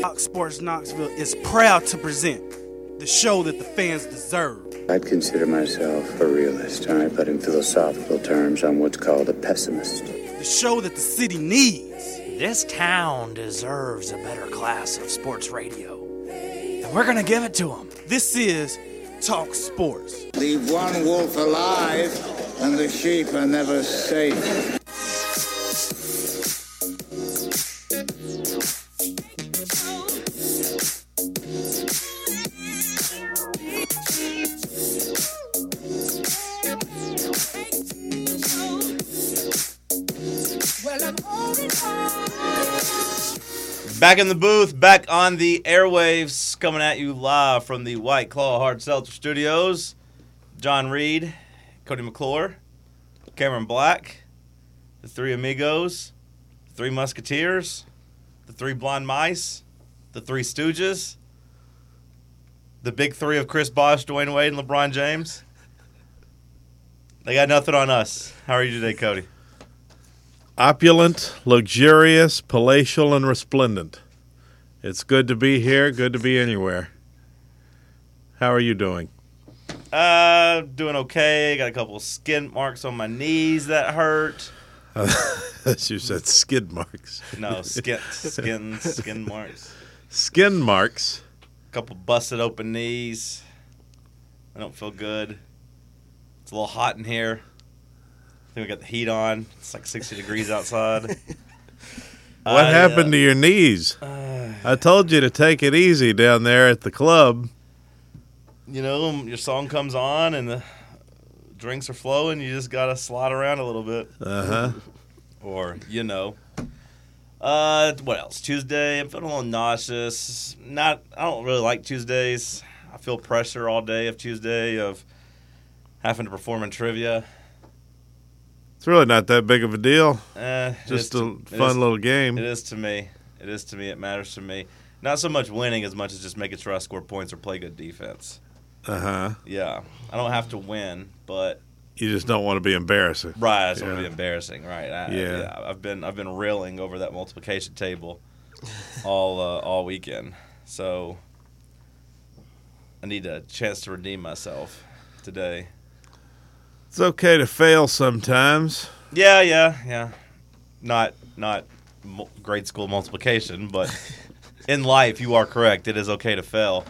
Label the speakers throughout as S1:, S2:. S1: Fox Sports Knoxville is proud to present the show that the fans deserve.
S2: I'd consider myself a realist, all right, but in philosophical terms, I'm what's called a pessimist.
S1: The show that the city needs.
S3: This town deserves a better class of sports radio. And we're going to give it to them.
S1: This is Talk Sports.
S4: Leave one wolf alive, and the sheep are never safe.
S5: Back in the booth, back on the airwaves, coming at you live from the White Claw Hard Seltzer Studios. John Reed, Cody McClure, Cameron Black, the Three Amigos, the Three Musketeers, the Three Blonde Mice, the Three Stooges, the Big Three of Chris Bosh, Dwayne Wade, and LeBron James. They got nothing on us. How are you today, Cody?
S6: opulent, luxurious, palatial, and resplendent. It's good to be here, good to be anywhere. How are you doing?
S5: Uh, doing okay. Got a couple skin marks on my knees that hurt.
S6: As you said, skid marks.
S5: No, skin, skin, skin marks.
S6: Skin marks.
S5: couple busted open knees. I don't feel good. It's a little hot in here. I think we got the heat on. It's like 60 degrees outside.
S6: What happened
S5: uh,
S6: to your knees? I told you to take it easy down there at the club.
S5: you? You know, your song comes on and the drinks are flowing. You just got to slide around a little bit.
S6: Uh huh.
S5: or you know. Uh, what else? Tuesday, I'm feeling a little nauseous. Not, I don't really like Tuesdays. I feel pressure all day of Tuesday of having to perform in trivia.
S6: It's really not that big of a deal.
S5: Eh, it is
S6: Just a
S5: to-
S6: fun
S5: it is-
S6: little game.
S5: It is to me. It is to me. It matters to me. Not so much winning as much as just making sure I score points or play good defense.
S6: Uh huh.
S5: Yeah, I don't have to win, but
S6: You just don't want to be embarrassing.
S5: Right, it's going to be
S6: Yeah.
S5: embarrassing, right? I, yeah.
S6: Yeah.
S5: I've been I've been reeling over that multiplication table all uh, all weekend, so I need a chance to redeem myself today.
S6: It's okay to fail sometimes.
S5: Yeah, yeah, yeah. Not not mu- grade school multiplication, but in life, you are correct. It is okay to fail.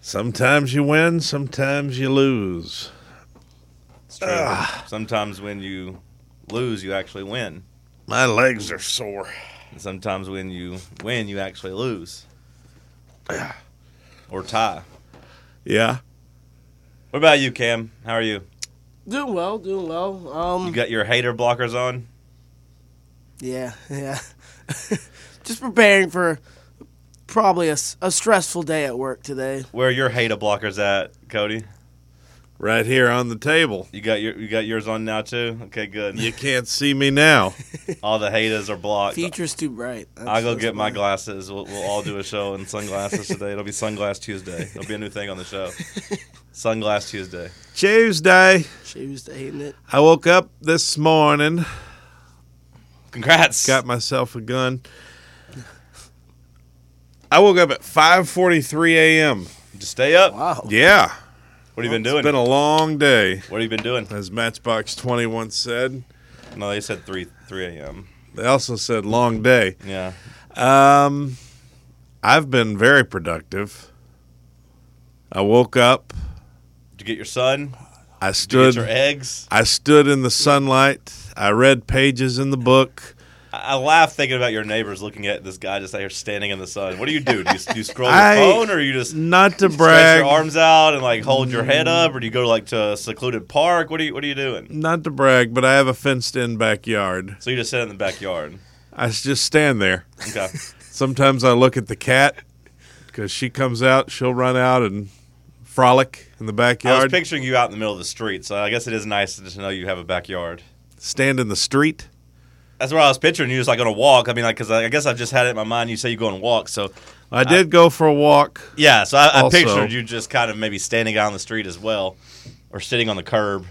S6: Sometimes you win, sometimes you lose.
S5: It's true. Sometimes when you lose, you actually win.
S6: My legs are sore.
S5: And sometimes when you win, you actually lose or tie.
S6: Yeah.
S5: What about you, Cam? How are you?
S7: Doing well, doing well.
S5: You
S7: Um,
S5: got your hater blockers on?
S7: yeah, yeah. Just preparing for probably a, s- a stressful day at work today.
S5: Where are your hater blockers at, Cody?
S6: Right here on the table.
S5: You got your you got yours on now too? Okay, good.
S6: You can't see me now.
S5: All the haters are blocked.
S7: Future's too bright. That's-
S5: I'll go
S7: that's
S5: get my
S7: why.
S5: glasses. We'll, we'll all do a show in sunglasses today. It'll be Sunglass Tuesday. It'll be a new thing on the show. Sunglass Tuesday.
S6: Tuesday.
S7: Tuesday, ain't it?
S6: I woke up this morning,
S5: Congrats.
S6: got myself a gun. I woke up at 5:43 a.m.
S5: Did you stay up.
S7: Wow.
S6: Yeah.
S5: What have you been
S6: It's
S5: doing?
S6: been a long day,
S5: what have you been doing?
S6: as Matchbox 21 said.
S5: No, they said three three a.m.
S6: They also said long day.
S5: Yeah.
S6: Um, I've been very productive. I woke up.
S5: Did you get your son? Did
S6: I
S5: you
S6: stood
S5: get your eggs?
S6: I stood in the sunlight. I read pages in the book.
S5: I I laugh thinking about your neighbors looking at this guy just out here standing in the sun. What do you do? Do you, do you scroll your
S6: I-
S5: phone, or you just
S6: Not to
S5: stretch
S6: brag. Mm.
S5: your arms out and like hold your head up, or do you go to like to a secluded park? What are you What are you doing?
S6: Not to brag, but I have a fenced in backyard.
S5: So you just sit in the backyard.
S6: I s- just stand there.
S5: Okay.
S6: Sometimes I look at the cat because she comes out, she'll run out and frolic in
S5: I
S6: the
S5: was
S6: backyard,
S5: picturing you out in the middle of the street, so I guess it is nice to know you have a backyard.
S6: stand in the street.
S5: That's where I was picturing you just like on a walk. I mean, like because I, I guess I've just had it in my mind. You say you go and walk, so
S6: I did go for a walk.
S5: yeah. So I, I
S6: Also-
S5: pictured you just kind of maybe standing out on the street as well, or sitting on the curb.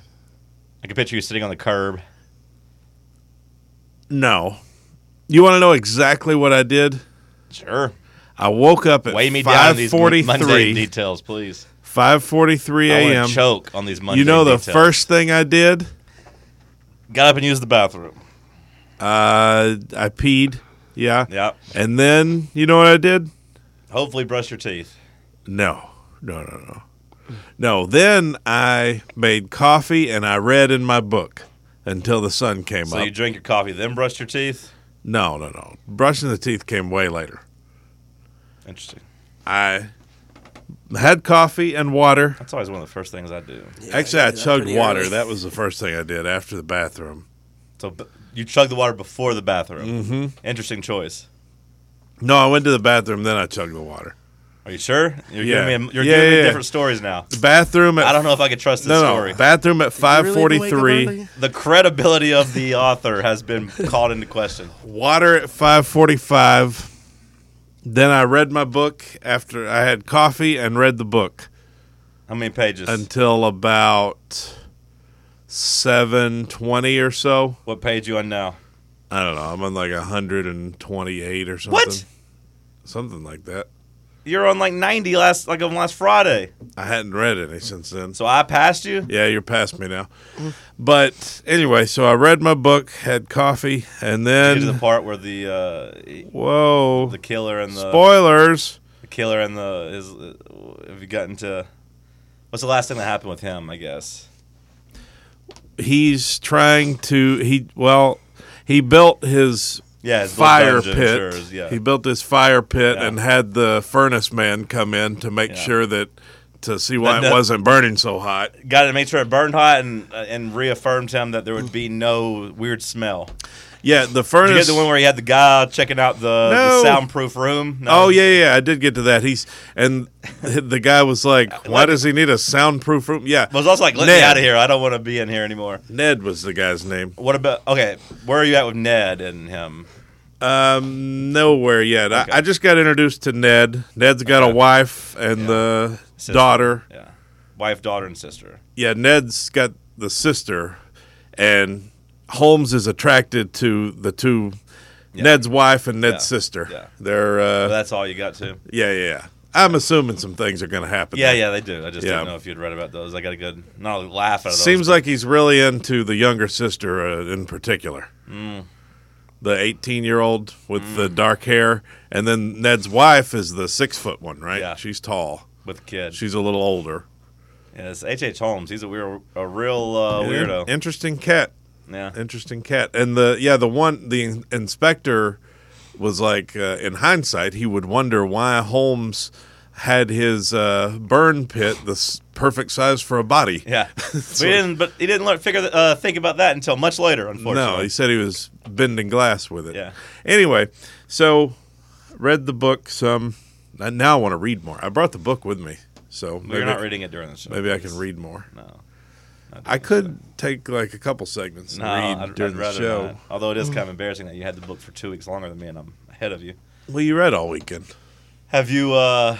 S5: I could picture you sitting on the curb.
S6: No. You want to know exactly what I did?
S5: Sure.
S6: I woke up at
S5: Weigh me down on these mon- mundane
S6: 5:43
S5: details, please.
S6: 5:43
S5: I
S6: a.m.
S5: want to choke on these mundane
S6: You know the
S5: details.
S6: first thing I did?
S5: Got up and used the bathroom.
S6: Uh, I peed. Yeah.
S5: Yeah.
S6: And then you know what I did?
S5: Hopefully, brush your teeth.
S6: No, no, no, no. No, then I made coffee and I read in my book until the sun came
S5: So
S6: up.
S5: you drink your coffee, then brush your teeth.
S6: no, no, no. Brushing the teeth came way later.
S5: Interesting.
S6: I had coffee and water.
S5: That's always one of the first things I do.
S6: Actually, I
S7: that
S6: chugged
S7: pretty
S6: water.
S7: early.
S6: That was the first thing I did after the bathroom.
S5: So b- you chug the water before the bathroom. Mm-hmm. Interesting choice.
S6: No, I went to the bathroom, then I chugged the water.
S5: Are you sure? You're
S6: Yeah.
S5: giving me, a, you're
S6: Yeah,
S5: giving me
S6: yeah, yeah.
S5: different stories now.
S6: Bathroom at
S5: I don't know if I could trust this
S6: no, no,
S5: story.
S6: Bathroom at
S7: You really
S6: 5:43.
S7: didn't wake up early?
S5: the credibility of the author has been called into question.
S6: water at 5:45. Then I read my book after I had coffee and read the book
S5: How many pages?
S6: until about 7:20 or so.
S5: what page you on now?
S6: I don't know. I'm on like 128 or something. Something like that.
S5: You're on like 90 last, like on last Friday.
S6: I hadn't read any since then.
S5: So I passed you.
S6: Yeah, you're past me now. But anyway, so I read my book, had coffee, and
S5: Get to the
S6: then
S5: part where the uh,
S6: whoa,
S5: the uh, killer and the,
S6: spoilers.
S5: the killer and the is uh, have you gotten to what's the last thing that happened with him? I guess
S6: He's trying to he well, he built his
S5: yeah, his little
S6: fire
S5: dungeon,
S6: pit.
S5: sure, yeah,
S6: He built this fire pit
S5: Yeah.
S6: and had the furnace man come in to make
S5: Yeah.
S6: sure that to see why
S5: That-
S6: it
S5: that-
S6: wasn't burning so hot.
S5: got to make sure it burned hot and uh, and reaffirmed him that there would be no weird smell.
S6: Yeah, the
S5: Did you
S6: furnace.
S5: get the one where he had the guy checking out the, the
S6: No.
S5: soundproof room? No.
S6: Oh yeah, yeah, I did get to that. He's and the guy was like, "Why does he need a soundproof room?" Yeah,
S5: I was also like, let me
S6: Ned.
S5: out of here. I don't want to be in here anymore.
S6: Ned was the guy's name.
S5: What about okay? Where are you at with Ned and him?
S6: Um, nowhere yet.
S5: Okay.
S6: I, I just got introduced to Ned. Ned's got a wife and the
S5: Sister.
S6: daughter.
S5: Yeah, wife, daughter, and sister.
S6: Yeah, Ned's got the sister, and Holmes is attracted to the two, Ned's wife and Ned's
S5: Yeah.
S6: sister.
S5: Yeah.
S6: They're uh,
S5: But that's all you got to.
S6: yeah, yeah, yeah. I'm assuming some things are going to happen.
S5: Yeah,
S6: there.
S5: yeah, they do. I just
S6: Yeah.
S5: didn't know if you'd read about those. I got a good not a laugh out of those.
S6: Seems like he's really into the younger sister uh, in particular.
S5: Mm.
S6: The 18 year old with the dark hair. And then Ned's wife is the six foot one, right?
S5: Yeah.
S6: She's tall.
S5: with kids.
S6: She's a little older.
S5: Yeah, it's H. H. Holmes. He's a weird, a real uh, weirdo.
S6: Interesting cat.
S5: yeah,
S6: Interesting cat. And the, yeah, the one, the in- inspector was like, uh, in hindsight, he would wonder why Holmes had his uh, burn pit, the s- perfect size for a body.
S5: yeah. but he didn't. But he didn't learn, figure th- uh, think about that until much later. Unfortunately,
S6: No, he said he was bending glass with it.
S5: Yeah.
S6: Anyway, so read the book some. I now want to read more. I brought the book with me, so
S5: we are not reading it during the show.
S6: maybe I can read more.
S5: No,
S6: I could take like a couple segments and
S5: no.
S6: read
S5: I'd,
S6: during
S5: I'd
S6: the
S5: rather
S6: show. Mm.
S5: not. Although it is kind of embarrassing that you had the book for two weeks longer than me, and I'm ahead of you.
S6: Well, you read all weekend.
S5: Have you? uh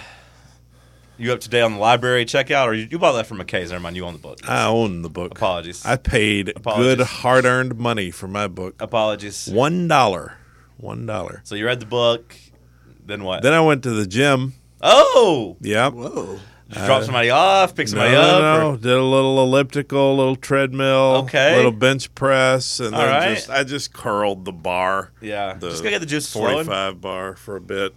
S5: You up to date on the library checkout, or you, you bought that from McKay's? Never mind. You own the book.
S6: I own the book.
S5: Apologies.
S6: I paid
S5: Apologies.
S6: good hard-earned money for my book.
S5: Apologies.
S6: One dollar. One dollar.
S5: So you read the book, then what?
S6: Then I went to the gym.
S5: oh,
S6: Yeah.
S7: Whoa.
S5: just drop somebody off, pick
S6: No,
S5: somebody
S6: Uh, no,
S5: up.
S6: no.
S5: or-
S6: Did a little elliptical, a little treadmill,
S5: Okay.
S6: little bench press, and
S5: All
S6: then
S5: right.
S6: just I just curled the bar.
S5: yeah,
S6: the
S5: just gonna get the juice
S6: Forty-five
S5: flowing.
S6: bar for a bit.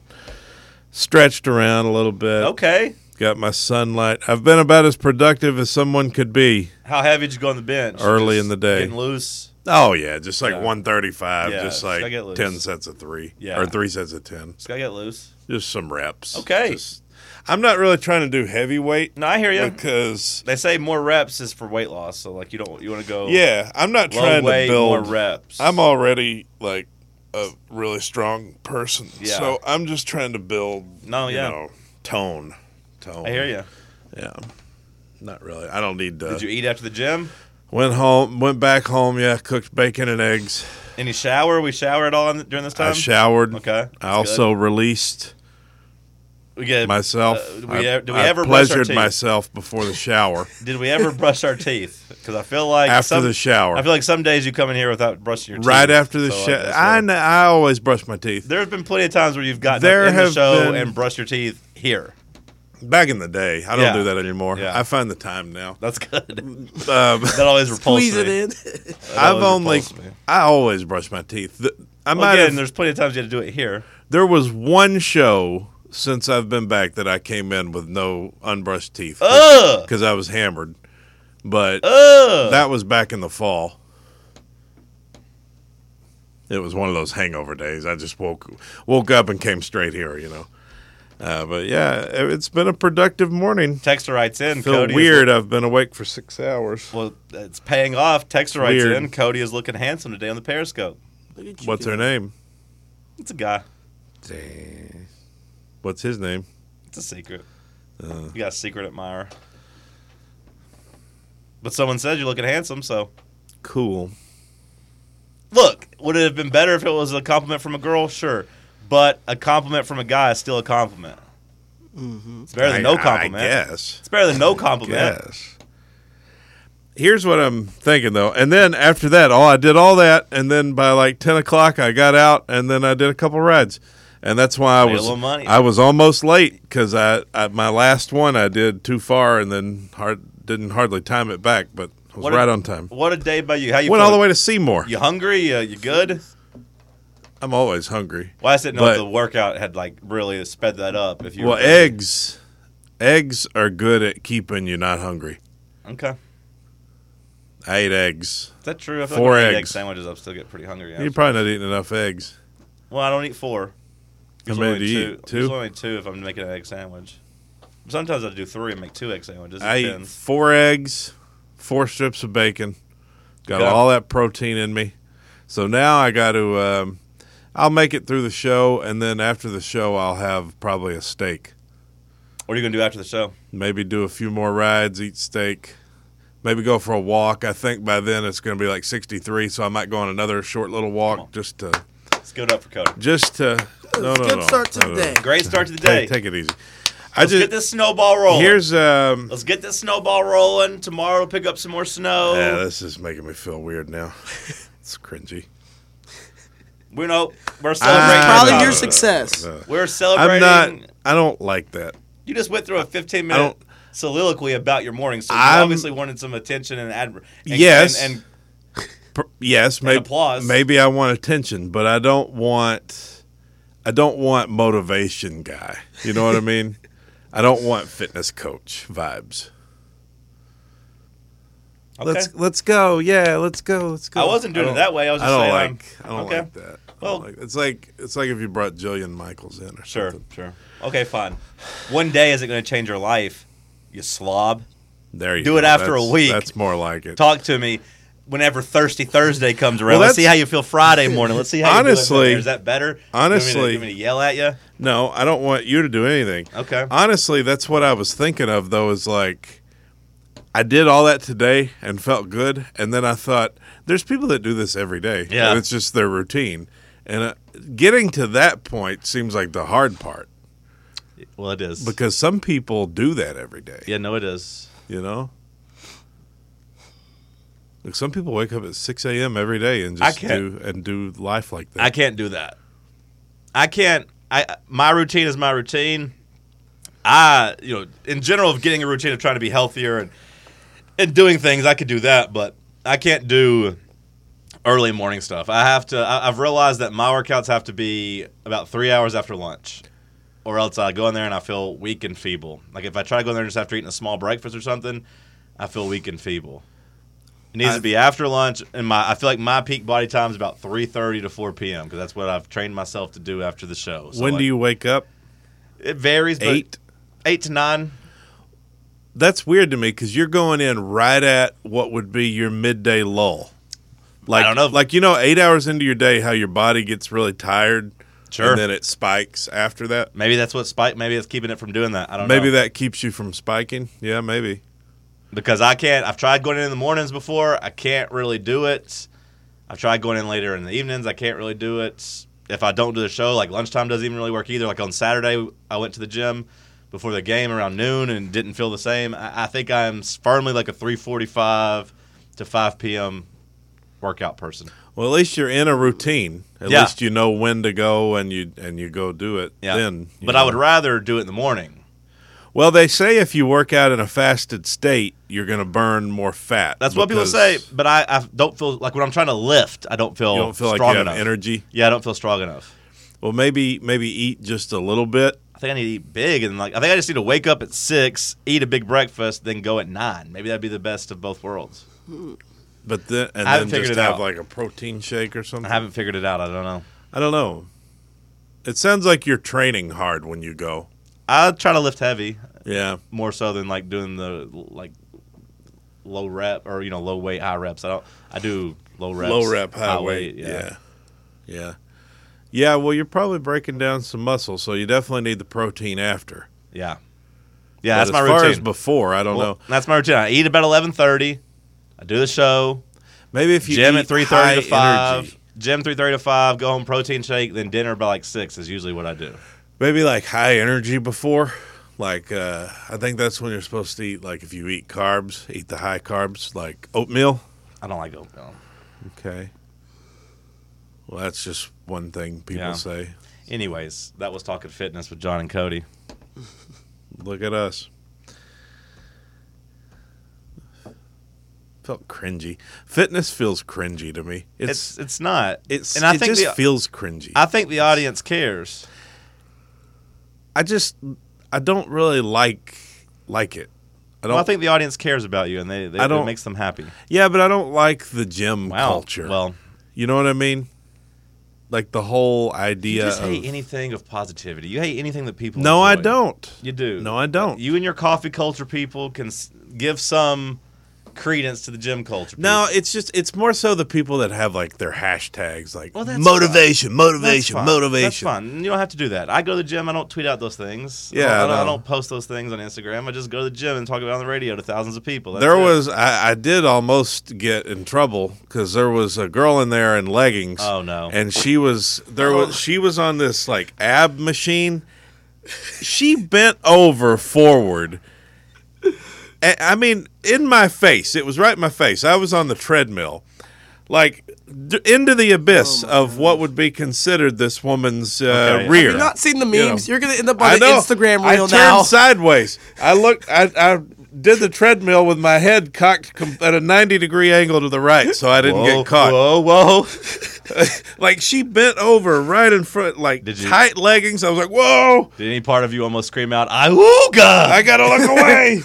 S6: Stretched around a little bit.
S5: Okay.
S6: Got my sunlight. I've been about as productive as someone could be.
S5: How heavy did you go on the bench?
S6: Early in the day.
S5: Getting loose.
S6: Oh yeah, just like
S5: Yeah.
S6: one thirty-five,
S5: Yeah,
S6: just
S5: so I
S6: like
S5: get loose.
S6: ten sets of three,
S5: Yeah.
S6: or three sets of ten,
S5: Just gotta get loose.
S6: just some reps.
S5: Okay.
S6: Just- I'm not really trying to do heavyweight
S5: No, I hear you.
S6: because
S5: They say more reps is for weight loss, so like you don't you want to go
S6: yeah, I'm not
S5: low
S6: trying
S5: weight
S6: to build
S5: more reps.
S6: I'm already like a really strong person,
S5: Yeah.
S6: so I'm just trying to build.
S5: No,
S6: you
S5: yeah.
S6: know, tone, tone.
S5: I hear you.
S6: Yeah, not really. I don't need to.
S5: Did you eat after the gym?
S6: went home, went back home. Yeah, cooked bacon and eggs.
S5: Any shower? We shower at all in, during this time?
S6: I showered.
S5: Okay, that's
S6: I also released
S5: we get
S6: myself.
S5: Uh, do we,
S6: I,
S5: ever, do we
S6: I
S5: ever brush our
S6: pleasured
S5: teeth?
S6: myself before the shower.
S5: Did we ever brush our teeth? Because I feel like
S6: After
S5: some-
S6: the shower.
S5: I feel like some days you come in here without brushing your teeth.
S6: right after the
S5: so I
S6: shower,
S5: guess
S6: I,
S5: we're-
S6: kn- I always brush my teeth.
S5: There's been plenty of times where you've gotten
S6: There
S5: up in the
S6: have
S5: show
S6: been-
S5: and brushed your teeth here.
S6: Back in the day, I don't
S5: Yeah.
S6: do that anymore.
S5: Yeah.
S6: I find the time now.
S5: That's good.
S6: Um,
S5: that always repulses
S7: Squeeze
S5: me.
S7: it in.
S6: I've
S5: always
S6: only,
S5: repulsed me.
S6: I always brush my teeth. The- I
S5: Well,
S6: might
S5: again,
S6: have-
S5: there's plenty of times you had to do it here.
S6: There was one show since I've been back that I came in with no unbrushed teeth
S5: Ugh.
S6: because I was hammered. But
S5: Ugh.
S6: that was back in the fall. It was one of those hangover days. I just woke woke up and came straight here, you know. Uh, but yeah, it- it's been a productive morning.
S5: Texter writes in.
S6: Feel
S5: Cody is
S6: weird. I've been awake for six hours.
S5: Well, it's paying off. Texter writes
S6: Weird.
S5: in. Cody is looking handsome today on the Periscope.
S7: Look at you
S6: What's
S7: go.
S6: her name?
S5: It's a guy.
S6: What's his name?
S5: It's a secret. you got a secret admirer. But someone says you're looking handsome, so
S6: Cool.
S5: look. Would it have been better if it was a compliment from a girl? Sure, but a compliment from a guy is still a compliment. It's better than
S6: I-
S5: no
S6: I-
S5: compliment.
S6: I guess.
S5: It's better than no compliment.
S6: Yes. Here's what I'm thinking though, and then after that, all I did all that, and then by like ten o'clock, I got out, and then I did a couple rides, and that's why I
S5: Made a
S6: was
S5: little money.
S6: I was almost late because I, I my last one I did too far, and then hard didn't hardly time it back, but I was
S5: What a-
S6: right on time.
S5: What a day by you. How you
S6: Went all the
S5: feeling?
S6: way to Seymour.
S5: You hungry? Uh, You, you good?
S6: I'm always hungry.
S5: Well, I didn't know if
S6: But-
S5: the workout had like really sped that up. If you
S6: Well,
S5: were
S6: eggs, eggs are good at keeping you not hungry.
S5: Okay,
S6: I ate eggs.
S5: is that true? I feel
S6: Four
S5: like if I eat egg
S6: eggs.
S5: sandwiches. I still get pretty hungry.
S6: You're
S5: actually.
S6: probably not eating enough eggs.
S5: Well, I don't eat four.
S6: How
S5: Usually
S6: many
S5: only
S6: do you eat?
S5: Usually
S6: Two?
S5: only two if I'm making an egg sandwich. Sometimes I do three and make two egg sandwiches. It
S6: I eat
S5: depends.
S6: four eggs, four strips of bacon. Got
S5: Okay.
S6: all that protein in me. So now I got to. Um, I'll make it through the show, and then after the show, I'll have probably a steak.
S5: What are you gonna do after the show?
S6: Maybe do a few more rides, eat steak. Maybe go for a walk. I think by then it's going to be like 63, so I might go on another short little walk just to
S5: Let's give it up for Cody.
S6: just to. No, no,
S7: good
S6: no,
S7: start to
S6: no,
S7: the
S6: no, no.
S7: day.
S5: Great start to the day.
S6: Take, take it easy. I
S5: Let's get
S6: just
S5: this snowball rolling.
S6: here's um.
S5: Let's get this snowball rolling. Tomorrow we'll pick up some more snow.
S6: Yeah, this is making me feel weird now. It's cringy.
S5: we know we're
S6: I'm
S5: celebrating.
S6: not-
S7: Proud of your success.
S6: no.
S5: We're
S6: I'm
S5: celebrating.
S6: not. I don't like that.
S5: You just went through a 15
S6: I
S5: minute
S6: don't-
S5: soliloquy about your morning, so you
S6: I'm-
S5: obviously wanted some attention and adver- and-
S6: Yes.
S5: and, and
S6: Per- yes, maybe
S5: applause.
S6: Maybe I want attention, but I don't want. I don't want motivation guy. You know what I mean? I don't want fitness coach vibes.
S5: okay.
S6: Let's let's go. Yeah, let's go. Let's go.
S5: I wasn't doing it
S6: don't-
S5: that way. I was just
S6: I don't
S5: saying, um,
S6: like. I don't
S5: okay.
S6: like that. I don't
S5: Well-
S6: like- it's like it's like if you brought Jillian Michaels in or
S5: Sure,
S6: something.
S5: sure. Okay, fine. One day is it going to change your life? You slob.
S6: There you
S5: Do
S6: go.
S5: it after a
S6: That's-
S5: week.
S6: That's more like it.
S5: Talk to me whenever Thirsty Thursday comes around.
S6: Well,
S5: Let's see how
S6: that's-
S5: you feel Friday morning. Let's see how you
S6: Honestly-
S5: feel. Is that better? you want me to,
S6: honestly-
S5: you want me to yell at you?
S6: No, I don't want you to do anything.
S5: Okay.
S6: Honestly, that's what I was thinking of though is like I did all that today and felt good and then I thought there's people that do this every day.
S5: Yeah.
S6: And it's just their routine. And uh, getting to that point seems like the hard part
S5: Well, it is.
S6: because some people do that every day,
S5: yeah, no, it is.
S6: you know? Like some people wake up at 6 a.m. every day and
S5: I
S6: just
S5: can't-
S6: do and do life like that.
S5: I can't do that. I can't. I my routine is my routine. I you know in general of getting a routine of trying to be healthier and and doing things I could do that, but I can't do early morning stuff. I have to. I, I've realized that my workouts have to be about three hours after lunch, or else I go in there and I feel weak and feeble. Like if I try to go in there just after eating a small breakfast or something, I feel weak and feeble. It needs to be after lunch, and my I feel like my peak body time is about three thirty to four p.m. because that's what I've trained myself to do after the show. So
S6: when
S5: like,
S6: do you wake up?
S5: It varies. But
S6: Eight?
S5: eight to nine.
S6: that's weird to me because you're going in right at what would be your midday lull. Like,
S5: don't know.
S6: Like you know, eight hours into your day, how your body gets really tired,
S5: Sure.
S6: and then it spikes after that.
S5: Maybe that's what spike. Maybe that's keeping it from doing that. I don't know.
S6: Maybe that keeps you from spiking. Yeah, maybe.
S5: because I can't. I've tried going in in the mornings before. I can't really do it. I've tried going in later in the evenings. I can't really do it. if I don't do the show, like lunchtime doesn't even really work either. Like on Saturday, I went to the gym before the game around noon and didn't feel the same. I, I think I'm s- firmly like a 3:45 to 5 p.m. workout person.
S6: Well, at least you're in a routine. At
S5: Yeah.
S6: least you know when to go and you and you go do it.
S5: Yeah,
S6: Then, you
S5: but I
S6: know.
S5: would rather do it in the morning.
S6: Well, they say if you work out in a fasted state, you're going to burn more fat.
S5: That's what people
S6: because
S5: say, but I, I don't feel like when I'm trying to lift, I don't feel,
S6: You don't feel like you
S5: strong
S6: have
S5: enough.
S6: energy.
S5: Yeah, I don't feel strong enough.
S6: Well, maybe maybe eat just a little bit.
S5: I think I need to eat big and like I think I just need to wake up at six, eat a big breakfast, then go at nine. Maybe that'd be the best of both worlds.
S6: But then and
S5: I haven't
S6: then just
S5: figured it
S6: have
S5: out.
S6: like a protein shake or something.
S5: I haven't figured it out. I don't know.
S6: I don't know. It sounds like you're training hard when you go.
S5: I try to lift heavy
S6: Yeah.
S5: more so than like doing the like low rep or you know low weight high reps. I don't. I do low reps,
S6: Low rep, high, weight. yeah. yeah. Yeah. well, you're probably breaking down some muscle, so you definitely need the protein after.
S5: yeah, yeah.
S6: But
S5: That's
S6: as
S5: my
S6: far
S5: routine.
S6: as before, I don't
S5: Well,
S6: know.
S5: That's my routine. I eat about eleven thirty. I do the show.
S6: Maybe if you
S5: gym
S6: eat
S5: at three thirty to
S6: high
S5: five.
S6: energy-
S5: Gym three thirty to five. Go home protein shake. Then dinner by like six is usually what I do.
S6: maybe like high energy before. Like uh, I think that's when you're supposed to eat. Like if you eat carbs, eat the high carbs, like oatmeal.
S5: I don't like oatmeal.
S6: Okay. Well, that's just one thing people
S5: Yeah.
S6: say.
S5: Anyways, that was talking fitness with John and Cody.
S6: Look at us. Felt cringy. Fitness feels cringy to me.
S5: It's
S6: It's
S5: it's, not.
S6: it's,
S5: and I
S6: it
S5: think
S6: just
S5: the, uh,
S6: feels cringy.
S5: I think the audience cares.
S6: I just I don't really like like it. I don't
S5: Well, I think the audience cares about you, and they, they
S6: I don't-
S5: it makes them happy.
S6: Yeah, but I don't like the gym
S5: Wow.
S6: culture.
S5: Well,
S6: you know what I mean? Like the whole
S5: you
S6: idea
S5: just hate
S6: of
S5: anything of positivity. You hate anything that people.
S6: No, I
S5: enjoy.
S6: don't.
S5: You do.
S6: No, I don't.
S5: You and your coffee culture people can s- give some credence to the gym culture.
S6: No,
S5: people.
S6: it's just it's more so the people that have like their hashtags like
S5: Well, that's
S6: motivation,
S5: That's
S6: motivation,
S5: fine. That's
S6: motivation.
S5: fun. You don't have to do that. I go to the gym. I don't tweet out those things. I
S6: Yeah,
S5: don't- I
S6: I
S5: don't, I
S6: know.
S5: don't post those things on Instagram. I just go to the gym and talk about it on the radio to thousands of people. That's
S6: There
S5: it.
S6: was I, I did almost get in trouble because there was a girl in there in leggings.
S5: Oh, no.
S6: And she was there was she was on this like ab machine. She bent over forward. A- I mean, in my face. It was right in my face. I was on the treadmill, like d- into the abyss of what would be considered this woman's uh,
S5: Oh, Okay. Have
S6: rear.
S7: You've not seen the memes.
S6: You know.
S7: You're gonna end up on the Instagram
S6: I
S7: reel
S6: turned
S7: now.
S6: sideways. I looked. I, I did the treadmill with my head cocked com- at a ninety degree angle to the right, so I didn't
S5: Whoa,
S6: get caught.
S5: Whoa, whoa!
S6: Like she bent over right in front, like
S5: Did you-
S6: tight leggings. I was like, "Whoa!
S5: Did any part of you almost scream out, "Iooga"?
S6: I gotta look away."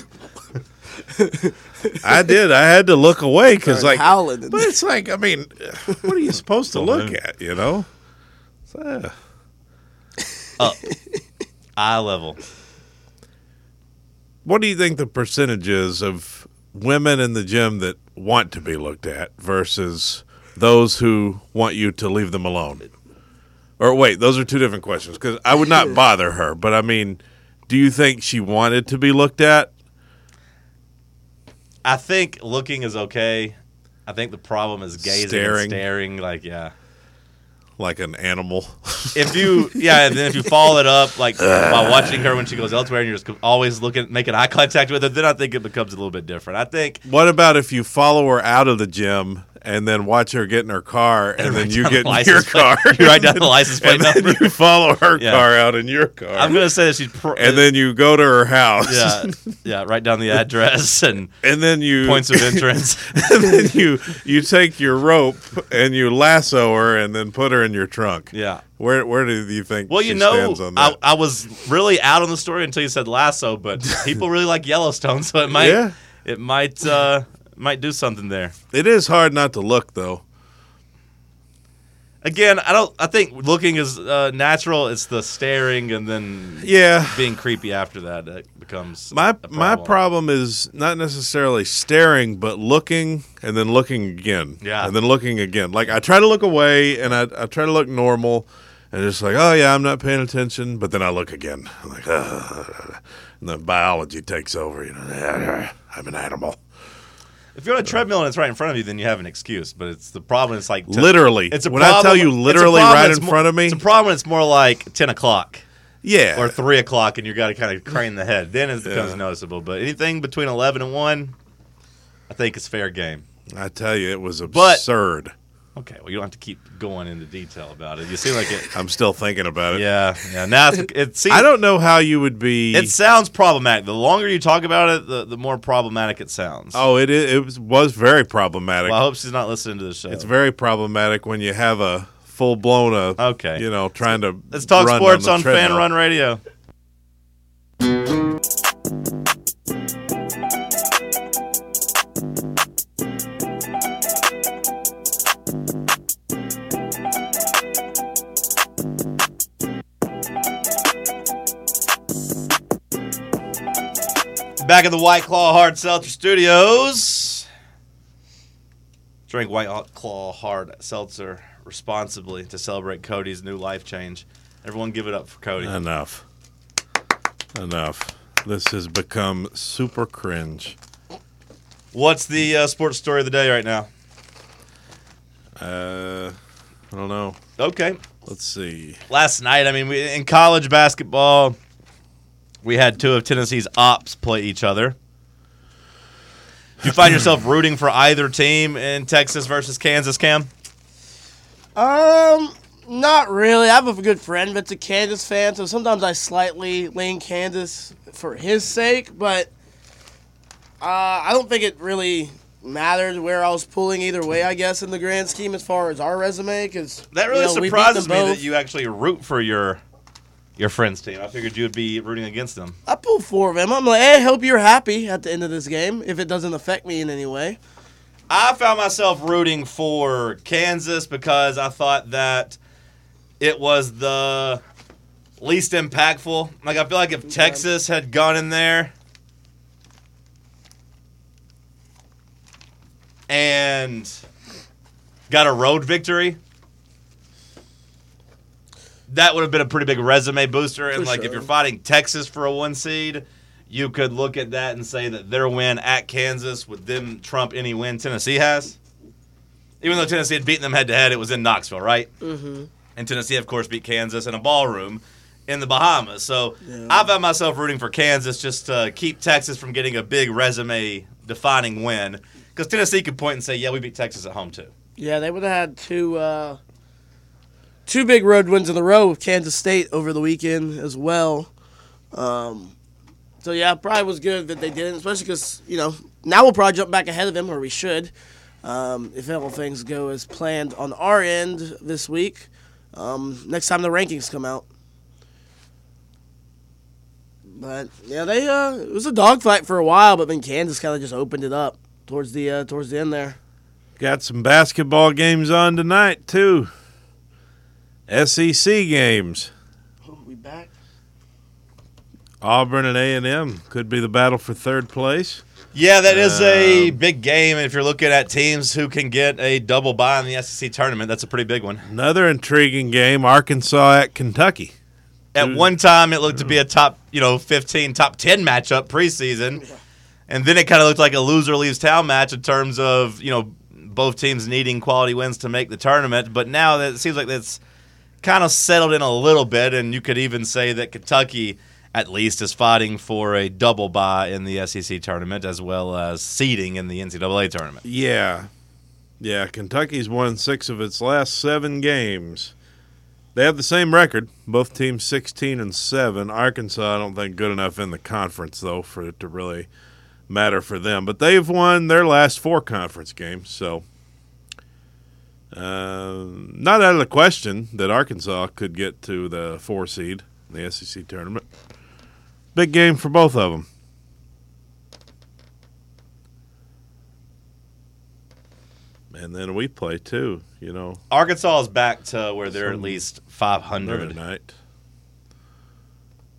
S6: I did. I had to look away because, like,
S7: Started howling in
S6: but
S7: there.
S6: it's like, I mean, what are you supposed to look at? You know? It's, uh,
S5: Eye level.
S6: What do you think the percentage is of women in the gym that want to be looked at versus those who want you to leave them alone? Or wait, those are two different questions because I would not bother her, but I mean, do you think she wanted to be looked at?
S5: I think looking is okay. I think the problem is gazing
S6: Staring.
S5: and staring. Like, yeah.
S6: Like an animal.
S5: If you, yeah, and then if you follow it up, like by watching her when she goes elsewhere, and you're just always looking, making eye contact with her, then I think it becomes a little bit different. I think
S6: what about if you follow her out of the gym and then watch her get in her car and, then you
S5: down
S6: get
S5: the
S6: in
S5: license
S6: your
S5: plate-
S6: car?
S5: you write down the license plate
S6: and then
S5: number.
S6: you follow her
S5: Yeah.
S6: car out in your car.
S5: I'm gonna say that she's, pro-
S6: and then you go to her house.
S5: yeah, yeah, write down the address and
S6: And then you
S5: points of entrance.
S6: and then you you take your rope and you lasso her and then put her in your trunk.
S5: Yeah.
S6: Where where do you think?
S5: Well, you
S6: she
S5: know,
S6: stands on
S5: I,
S6: that?
S5: I was really out on the story until you said lasso, but people really like Yellowstone, so it might
S6: Yeah.
S5: it might uh, might do something there.
S6: it is hard not to look though.
S5: Again, I don't. I think looking is uh, natural. It's the staring and then
S6: Yeah.
S5: being creepy after that that becomes
S6: My
S5: a problem.
S6: my problem is not necessarily staring, but looking and then looking again.
S5: Yeah.
S6: And then looking again. Like I try to look away and I, I try to look normal and it's like, oh yeah, I'm not paying attention, but then I look again. I'm like, and then biology takes over, you know. I'm an animal.
S5: If you're on a treadmill and it's right in front of you, then you have an excuse. But it's the problem. It's like
S6: Literally.
S5: It's a
S6: When I
S5: problem.
S6: tell you
S5: it's a
S6: literally
S5: problem
S6: right
S5: that's
S6: in
S5: mo-
S6: front of me-
S5: it's a problem. It's more like ten o'clock
S6: Yeah.
S5: or three o'clock, and you got to kind of crane the head. Then it becomes noticeable. But anything between eleven and one, I think is fair game.
S6: I tell you, it was absurd.
S5: Okay, well you don't have to keep going into detail about it. You seem like it.
S6: I'm still thinking about it.
S5: Yeah, yeah. Now it's, it seems.
S6: I don't know how you would be.
S5: It sounds problematic. The longer you talk about it, the, the more problematic it sounds.
S6: oh, it i- it was, was very problematic.
S5: Well, I hope she's not listening to the show.
S6: it's very problematic when you have a full blown uh,
S5: Okay.
S6: You know, trying to
S5: Let's talk
S6: run
S5: sports
S6: the
S5: on, Fan
S6: treadmill.
S5: Run Radio. Back at the White Claw Hard Seltzer Studios. Drink White Claw Hard Seltzer responsibly to celebrate Cody's new life change. Everyone give it up for Cody.
S6: Enough. Enough. This has become super cringe.
S5: What's the uh, sports story of the day right now?
S6: Uh, I don't know.
S5: Okay.
S6: Let's see.
S5: Last night, I mean, we, in college basketball, we had two of Tennessee's ops play each other. You find yourself rooting for either team in Texas versus Kansas, Cam?
S7: Um, not really. I have a good friend that's a Kansas fan, so sometimes I slightly lean Kansas for his sake, but uh, I don't think it really mattered where I was pulling either way. I guess in the grand scheme, as far as our resume, because
S5: That really surprises me that you actually root for your your friend's team. I figured you would be rooting against them.
S7: I pull four of them. I'm like, hey, I hope you're happy at the end of this game if it doesn't affect me in any way.
S5: I found myself rooting for Kansas because I thought that it was the least impactful. Like I feel like if Texas had gone in there and got a road victory, that would have been a pretty big resume booster. And
S7: For
S5: like if
S7: sure.
S5: you're fighting Texas for a one seed, you could look at that and say that their win at Kansas would then trump any win Tennessee has. Even though Tennessee had beaten them head to head, it was in Knoxville, right? Mm-hmm. And Tennessee, of course, beat Kansas in a ballroom in the Bahamas. So I found myself rooting for Kansas just to keep Texas from getting a big resume defining win. Because Tennessee could point and say, yeah, we beat Texas at home, too.
S7: Yeah, they would have had two uh, two big road wins in a row with Kansas State over the weekend as well. Um, so yeah, it probably was good that they didn't, especially because you know now we'll probably jump back ahead of them, or we should, um, if all things go as planned on our end this week. Um, next time the rankings come out. But yeah, they uh, it was a dogfight for a while, but then Kansas kind of just opened it up towards the uh, towards the end there.
S6: Got some basketball games on tonight, too. SEC games.
S7: Oh, we back.
S6: Auburn and A&M could be the battle for third place.
S5: Yeah, that is a big game. And if you're looking at teams who can get a double bye in the SEC tournament, that's a pretty big one.
S6: Another intriguing game, Arkansas at Kentucky.
S5: At one time, it looked to be a top, you know, 15, top 10 matchup preseason. And then it kind of looked like a loser leaves town match in terms of, you know, both teams needing quality wins to make the tournament. But now that it seems like that's kind of settled in a little bit. And you could even say that Kentucky, at least, is fighting for a double bye in the SEC tournament as well as seeding in the NCAA tournament.
S6: Yeah. Yeah, Kentucky's won 6 of its last 7 games. They have the same record, both teams 16 and 7. Arkansas I don't think good enough in the conference though for it to really matter for them, but they've won their last 4 conference games, so um, not out of the question that Arkansas could get to the 4 seed in the SEC tournament. Big game for both of them. And then we play too, you know.
S5: Arkansas is back to where they're at least
S6: Another
S5: 500.
S6: night.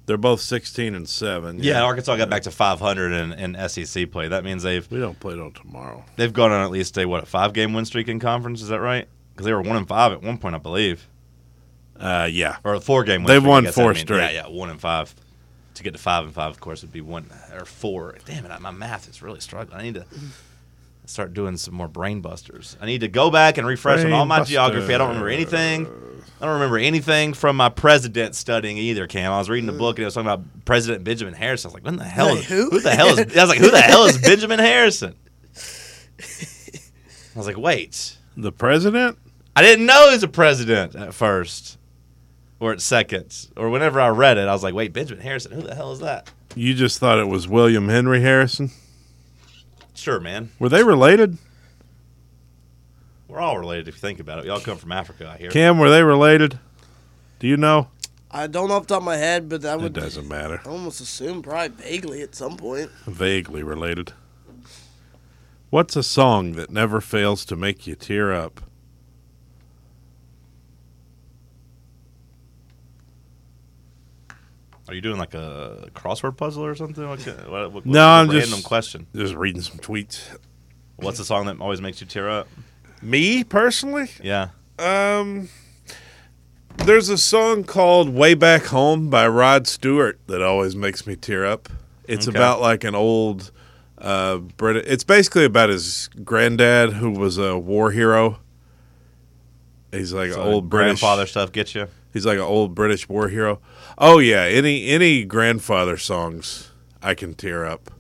S6: They're both sixteen and seven.
S5: Yeah, Arkansas got back to 500 in, in SEC play. That means they've
S6: we don't play till tomorrow.
S5: they've gone on at least a what five game win streak in conference. Is that right? Because they were one and five at one point, I believe,
S6: Uh, yeah,
S5: or a four game. Win
S6: They've
S5: streak, I
S6: won
S5: guess that
S6: four
S5: means.
S6: straight.
S5: Yeah, yeah, one and five. To get to five and five, of course, would be one or four. Damn it, my math is really struggling. I need to start doing some more brain busters. I need to go back and refresh on all my
S6: Brain
S5: geography. I don't remember anything. I don't remember anything from my president studying either, Cam. I was reading a
S6: Mm.
S5: book and it was talking about President Benjamin Harrison. I was like, when the hell
S7: Like
S5: is
S7: who?
S5: the hell is I was like, who the hell is Benjamin Harrison? I was like, wait.
S6: The president?
S5: I didn't know he was a president at first. Or at second. Or whenever I read it, I was like, wait, Benjamin Harrison, who the hell is that?
S6: You just thought it was William Henry Harrison?
S5: Sure, man.
S6: Were they related?
S5: We're all related if you think about it. We all come from Africa, I hear.
S6: Cam, were they related? Do you know?
S7: I don't know off the top of my head, but I
S6: It
S7: would
S6: doesn't matter.
S7: almost assume probably vaguely at some point.
S6: Vaguely related. What's a song that never fails to make you tear up?
S5: Are you doing like a crossword puzzle or something? What, kind- what, what,
S6: No,
S5: what's
S6: I'm
S5: a
S6: just-
S5: random question.
S6: Just reading some tweets.
S5: What's the song that always makes you tear up?
S6: Me personally?
S5: Yeah.
S6: Um, there's a song called "Way Back Home" by Rod Stewart that always makes me tear up. It's
S5: Okay.
S6: about like an old uh, Brit. It's basically about his granddad who was a war hero. He's like an
S5: So
S6: old British
S5: grandfather stuff get you.
S6: He's like an old British war hero. Oh yeah, any any grandfather songs I can tear up.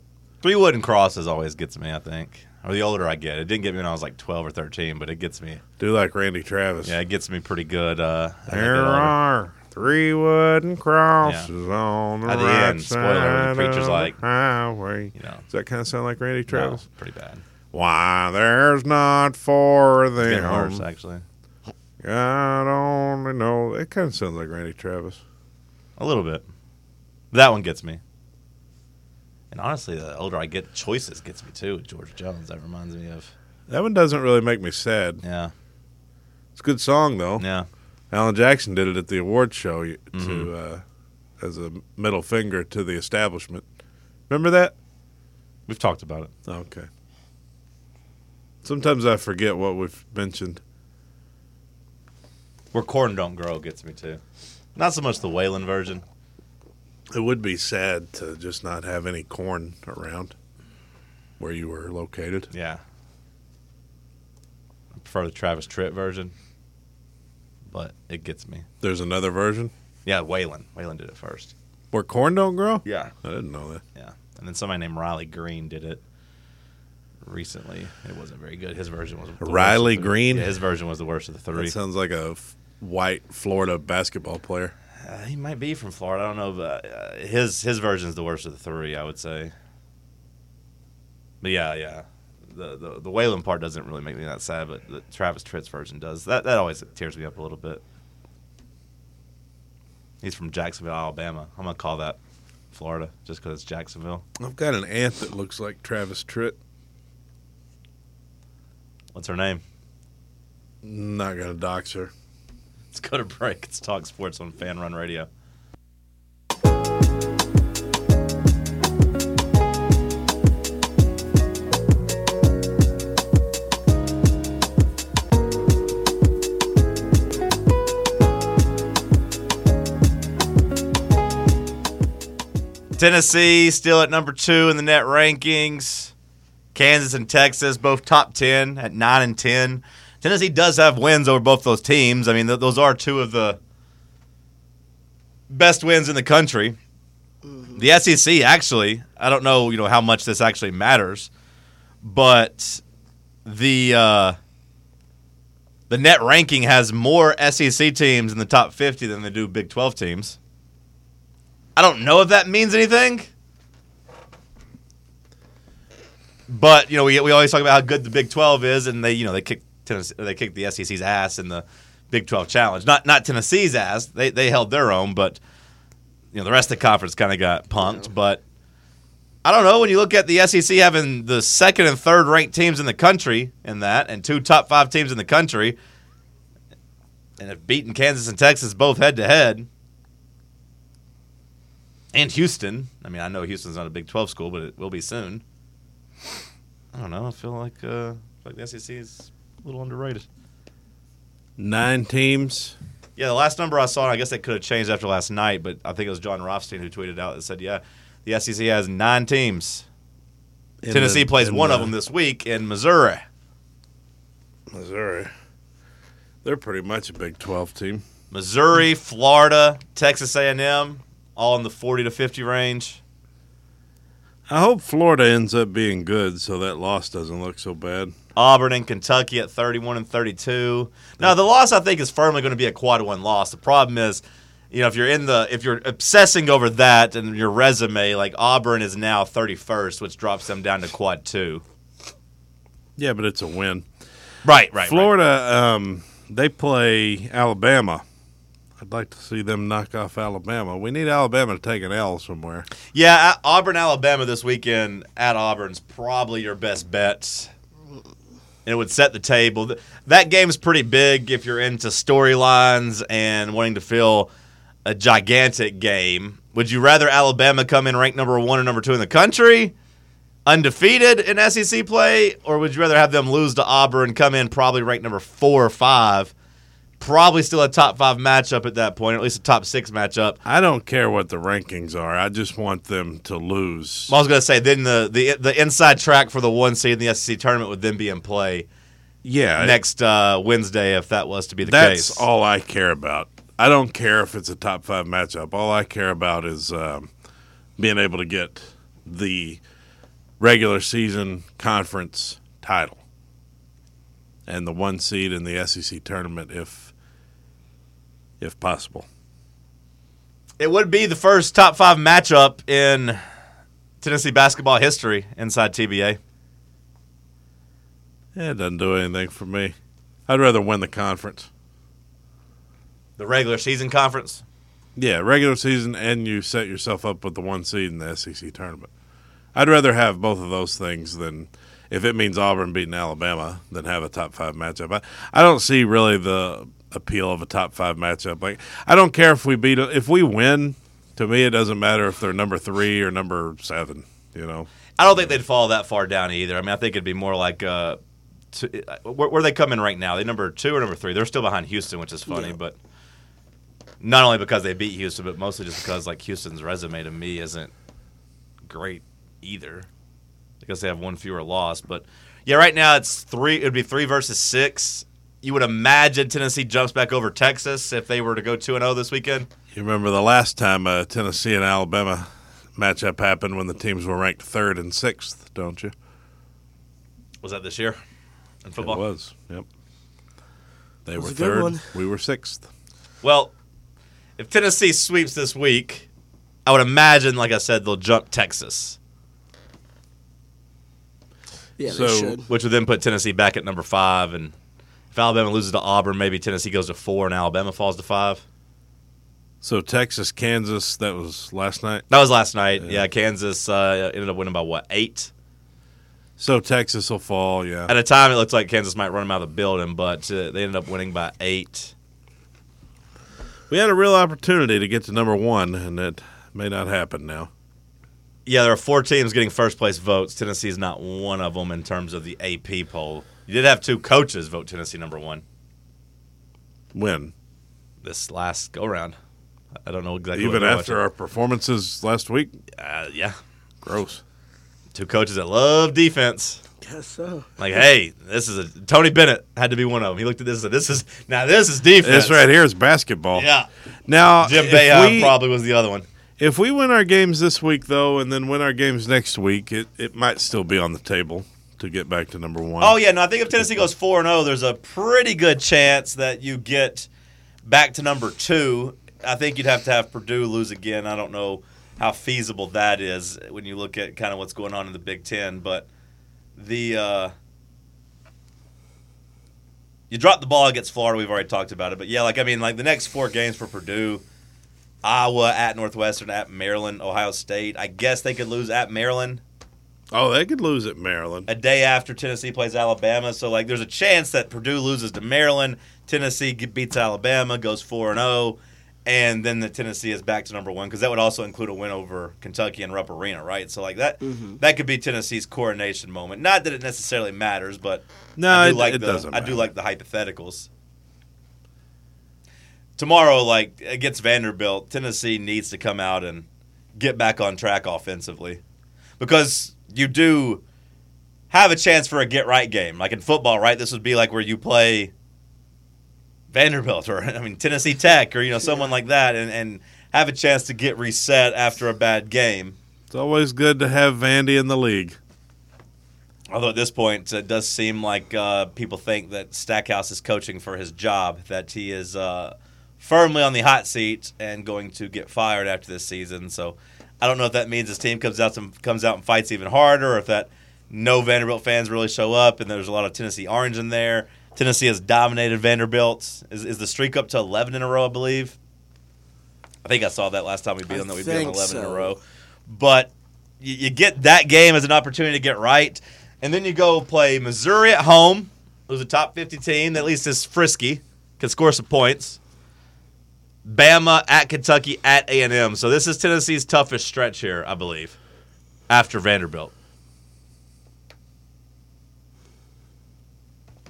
S5: Three wooden crosses always gets me, I think. Or the older I get, it didn't get me when I was like twelve or thirteen, but it gets me.
S6: Do like Randy Travis.
S5: Yeah, it gets me pretty good. Uh, as I get
S6: There
S5: older.
S6: are three wooden crosses on the
S5: At the
S6: right
S5: end, spoiler, the
S6: side
S5: preacher's
S6: of
S5: like,
S6: the highway.
S5: you know.
S6: Does that kind of sound like Randy
S5: No,
S6: Travis?
S5: pretty bad.
S6: Why there's not four of
S5: Getting
S6: them.
S5: worse actually.
S6: God only know. It kind of sounds like Randy Travis.
S5: A little bit. That one gets me. And honestly, the older I get, choices gets me too. George Jones. That reminds me of.
S6: That one doesn't really make me sad.
S5: Yeah.
S6: It's a good song though.
S5: Yeah.
S6: Alan Jackson did it at the awards show y- to
S5: Mm-hmm.
S6: uh, as a middle finger to the establishment. Remember that?
S5: We've talked about it.
S6: Okay. Sometimes I forget what we've mentioned.
S5: Where corn don't grow gets me too. Not so much the Waylon version.
S6: It would be sad to just not have any corn around where you were located.
S5: Yeah. I prefer the Travis Tritt version. But it gets me.
S6: There's another version
S5: Yeah, Waylon. Waylon did it first.
S6: where corn don't grow.
S5: Yeah.
S6: I didn't know that.
S5: Yeah. And then somebody named Riley Green did it recently. It wasn't very good. His version was the worst of
S6: Riley
S5: the-
S6: Green?
S5: Yeah, his version was the worst of the three.
S6: That sounds like a f- white Florida basketball player.
S5: Uh, he might be from Florida. I don't know, but uh, his his version is the worst of the three, I would say. But yeah, yeah, the the, the Waylon part doesn't really make me that sad, but the Travis Tritt's version does. That that always tears me up a little bit. He's from Jacksonville, Alabama. I'm gonna call that Florida just because it's Jacksonville.
S6: I've got an aunt that looks like Travis Tritt.
S5: What's her name?
S6: Not gonna dox her.
S5: Let's go to break. It's Talk Sports on Fan Run Radio. Tennessee still at number two in the net rankings. Kansas and Texas both top 10 at 9 and 10. Tennessee does have wins over both those teams. I mean, th- those are two of the best wins in the country. The SEC actually, I don't know, you know, how much this actually matters, but the uh, the net ranking has more SEC teams in the top 50 than they do Big 12 teams. I don't know if that means anything. But you know, we, we always talk about how good the Big Twelve is, and they you know they kicked Tennessee, they kicked the SEC's ass in the Big Twelve Challenge. Not not Tennessee's ass. They they held their own, but you know the rest of the conference kind of got punked. But I don't know when you look at the SEC having the second and third ranked teams in the country in that, and two top five teams in the country, and have beaten Kansas and Texas both head to head. And Houston. I mean, I know Houston's not a Big 12 school, but it will be soon. I don't know. I feel like uh, like the SEC is a little underrated.
S6: Nine teams.
S5: Yeah, the last number I saw, and I guess that could have changed after last night, E but I think it was John Rothstein who tweeted out that said, "Yeah, the SEC has nine teams
S6: In
S5: Tennessee
S6: the-
S5: plays
S6: in
S5: one of
S6: the-
S5: them this week in Missouri.
S6: Missouri. They're pretty much a Big 12 team.
S5: Missouri, Florida, Texas A&M, all in the 40 to 50 range.
S6: I hope Florida ends up being good so that loss doesn't look so bad.
S5: Auburn and Kentucky at 31 and 32. Now the loss I think is firmly going to be a quad one loss. The problem is, you know, if you're in the if you're obsessing over that and your resume, like Auburn is now 31st, which drops them down to quad two.
S6: Yeah, but it's a win.
S5: Right, right.
S6: Florida, Um, they play Alabama. I'd like to see them knock off Alabama. We need Alabama to take an L somewhere.
S5: right. Yeah, A- Auburn, Alabama this weekend at Auburn's probably your best bet. And it would set the table. Th- That game's pretty big if you're into storylines and wanting to feel a gigantic game. Would you rather Alabama come in ranked number one or number two in the country, undefeated in SEC play, or would you rather have them lose to Auburn, come in probably ranked number four or five? Probably still a top five matchup at that point, or at least a top six matchup.
S6: I don't care what the rankings are. I just want them to lose.
S5: I was gonna say then the the the inside track for the one seed in the SEC tournament would then be in play
S6: Yeah,
S5: next uh, Wednesday if that was to be the
S6: that's
S5: case.
S6: all I care about. I don't care if it's a top five matchup. All I care about is um, being able to get the regular season conference title and the one seed in the SEC tournament, if if possible.
S5: It would be the first top five matchup in Tennessee basketball history inside TBA.
S6: Yeah, it doesn't do anything for me. I'd rather win the conference.
S5: The regular season conference.
S6: Yeah, regular season, and you set yourself up with the one seed in the SEC tournament. I'd rather have both of those things than if it means Auburn beating Alabama than have a top five matchup. I, I don't see really the appeal of a top five matchup. Like I don't care if we beat if we win. To me, it doesn't matter if they're number three or number seven. You know,
S5: I don't think they'd fall that far down either. I mean, I think it'd be more like uh, two, where, where they come in right now. They number two or number three. They're still behind Houston, which is funny, but not only because they beat Houston, but mostly just because like Houston's resume to me isn't great either. I guess they have one fewer loss, but yeah, right now it's three. It'd be three versus six. You would imagine Tennessee jumps back over Texas if they were to go two and zero this weekend.
S6: you remember the last time uh, Tennessee and Alabama matchup happened when the teams were ranked third and sixth, don't you?
S5: Was that this year in
S6: It
S5: football?
S6: was. Yep. They
S7: was
S6: were
S7: a good
S6: third.
S7: one.
S6: We were sixth.
S5: Well, if Tennessee sweeps this week, I would imagine, like I said, they'll jump Texas,
S7: Yeah,
S6: So-
S7: they should.
S5: which would then put Tennessee back at number five. And if Alabama loses to Auburn, maybe Tennessee goes to four and Alabama falls to five.
S6: So Texas, Kansas, that was last night.
S5: That was last night. Yeah, Kansas uh, ended up winning by what eight?
S6: So Texas will fall, yeah.
S5: At a time, it looked like Kansas might run them out of the building, but uh, they ended up winning by eight.
S6: We had a real opportunity to get to number one, and it may not happen now.
S5: Yeah, there are four teams getting first place votes. Tennessee's not one of them in terms of the AP poll. You did have two coaches vote Tennessee number one.
S6: When?
S5: this last go round. I don't know exactly.
S6: Even
S5: what they're
S6: after our performances last week?
S5: watching. uh, yeah,
S6: Gross.
S5: two coaches that love defense.
S7: Guess so.
S5: Like, hey, this is a Tony Bennett had to be one of them. He looked at this and said, "This is now this is defense."
S6: This right here is basketball.
S5: Yeah,
S6: Now,
S5: Jim
S6: if
S5: Boeheim
S6: we-
S5: probably was the other one.
S6: If we win our games this week, though, and then win our games next week, it, it might still be on the table to get back to number one.
S5: Oh yeah, no, I think if Tennessee goes four and zero, there's a pretty good chance that you get back to number two. I think you'd have to have Purdue lose again. I don't know how feasible that is when you look at kind of what's going on in the Big Ten, but the uh, you drop the ball against Florida. We've already talked about it, but yeah, like I mean, like the next four games for Purdue. Iowa at Northwestern, at Maryland, Ohio State. I guess they could lose at Maryland
S6: Oh, they could lose at Maryland.
S5: a day after Tennessee plays Alabama. So like, there's a chance that Purdue loses to Maryland, Tennessee g- beats Alabama, goes four and zero, and then the Tennessee is back to number one because that would also include a win over Kentucky and Rupp Arena, right? So like that, that could be Tennessee's coronation moment. Not that it necessarily matters, but
S6: No,
S5: I
S6: it,
S5: do like
S6: it
S5: the,
S6: doesn't.
S5: I do
S6: matter.
S5: like the hypotheticals. Tomorrow, like against Vanderbilt, Tennessee needs to come out and get back on track offensively, because you do have a chance for a get right game. Like in football, right? This would be like where you play Vanderbilt or I mean Tennessee Tech or you know someone like that, and and have a chance to get reset after a bad game.
S6: It's always good to have Vandy in the league.
S5: Although at this point, it does seem like uh, people think that Stackhouse is coaching for his job, that he is uh, firmly on the hot seat and going to get fired after this season. So I don't know if that means his team comes out and comes out and fights even harder, or if that no Vanderbilt fans really show up and there's a lot of Tennessee orange in there. Tennessee has dominated Vanderbilt. Is, is the streak up to 11 in a row? I believe. I think I saw that last time we beat them. That we beat them
S7: think
S5: 11 in a
S7: so.
S5: row. But you, you get that game as an opportunity to get right, and then you go play Missouri at home, who's a top 50 team that at least is frisky, can score some points. Bama at Kentucky at A and M. So this is Tennessee's toughest stretch here, I believe, after Vanderbilt.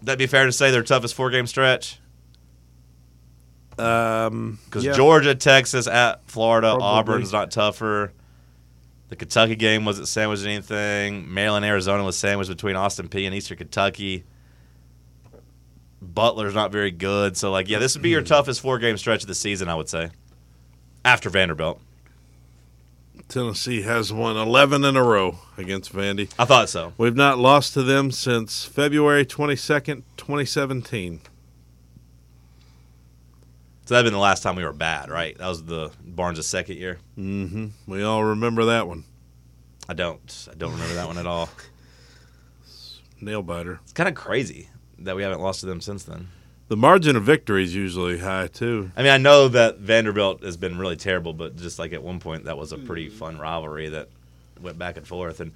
S5: That'd be fair to say their toughest four game stretch
S6: Um,
S5: because
S6: yeah.
S5: Georgia, Texas at Florida,
S6: Probably.
S5: Auburn's not tougher. The Kentucky game wasn't sandwiched anything. Maryland, Arizona was sandwiched between Austin P and Eastern Kentucky. Butler's not very good, so like yeah, this would be your toughest four game stretch of the season, I would say, after Vanderbilt.
S6: Tennessee has won 11 in a row against Vandy.
S5: I thought so.
S6: We've not lost to them since February 22nd, 2017.
S5: So that'd been the last time we were bad, right? That was the Barnes' second year.
S6: Mm-hmm. We all remember that one.
S5: I don't. I don't remember that one at all.
S6: Nail biter.
S5: It's kind of crazy that we haven't lost to them since then.
S6: The margin of victory is usually high, too.
S5: I mean, I know that Vanderbilt has been really terrible, but just like at one point, that was a pretty fun rivalry that went back and forth. And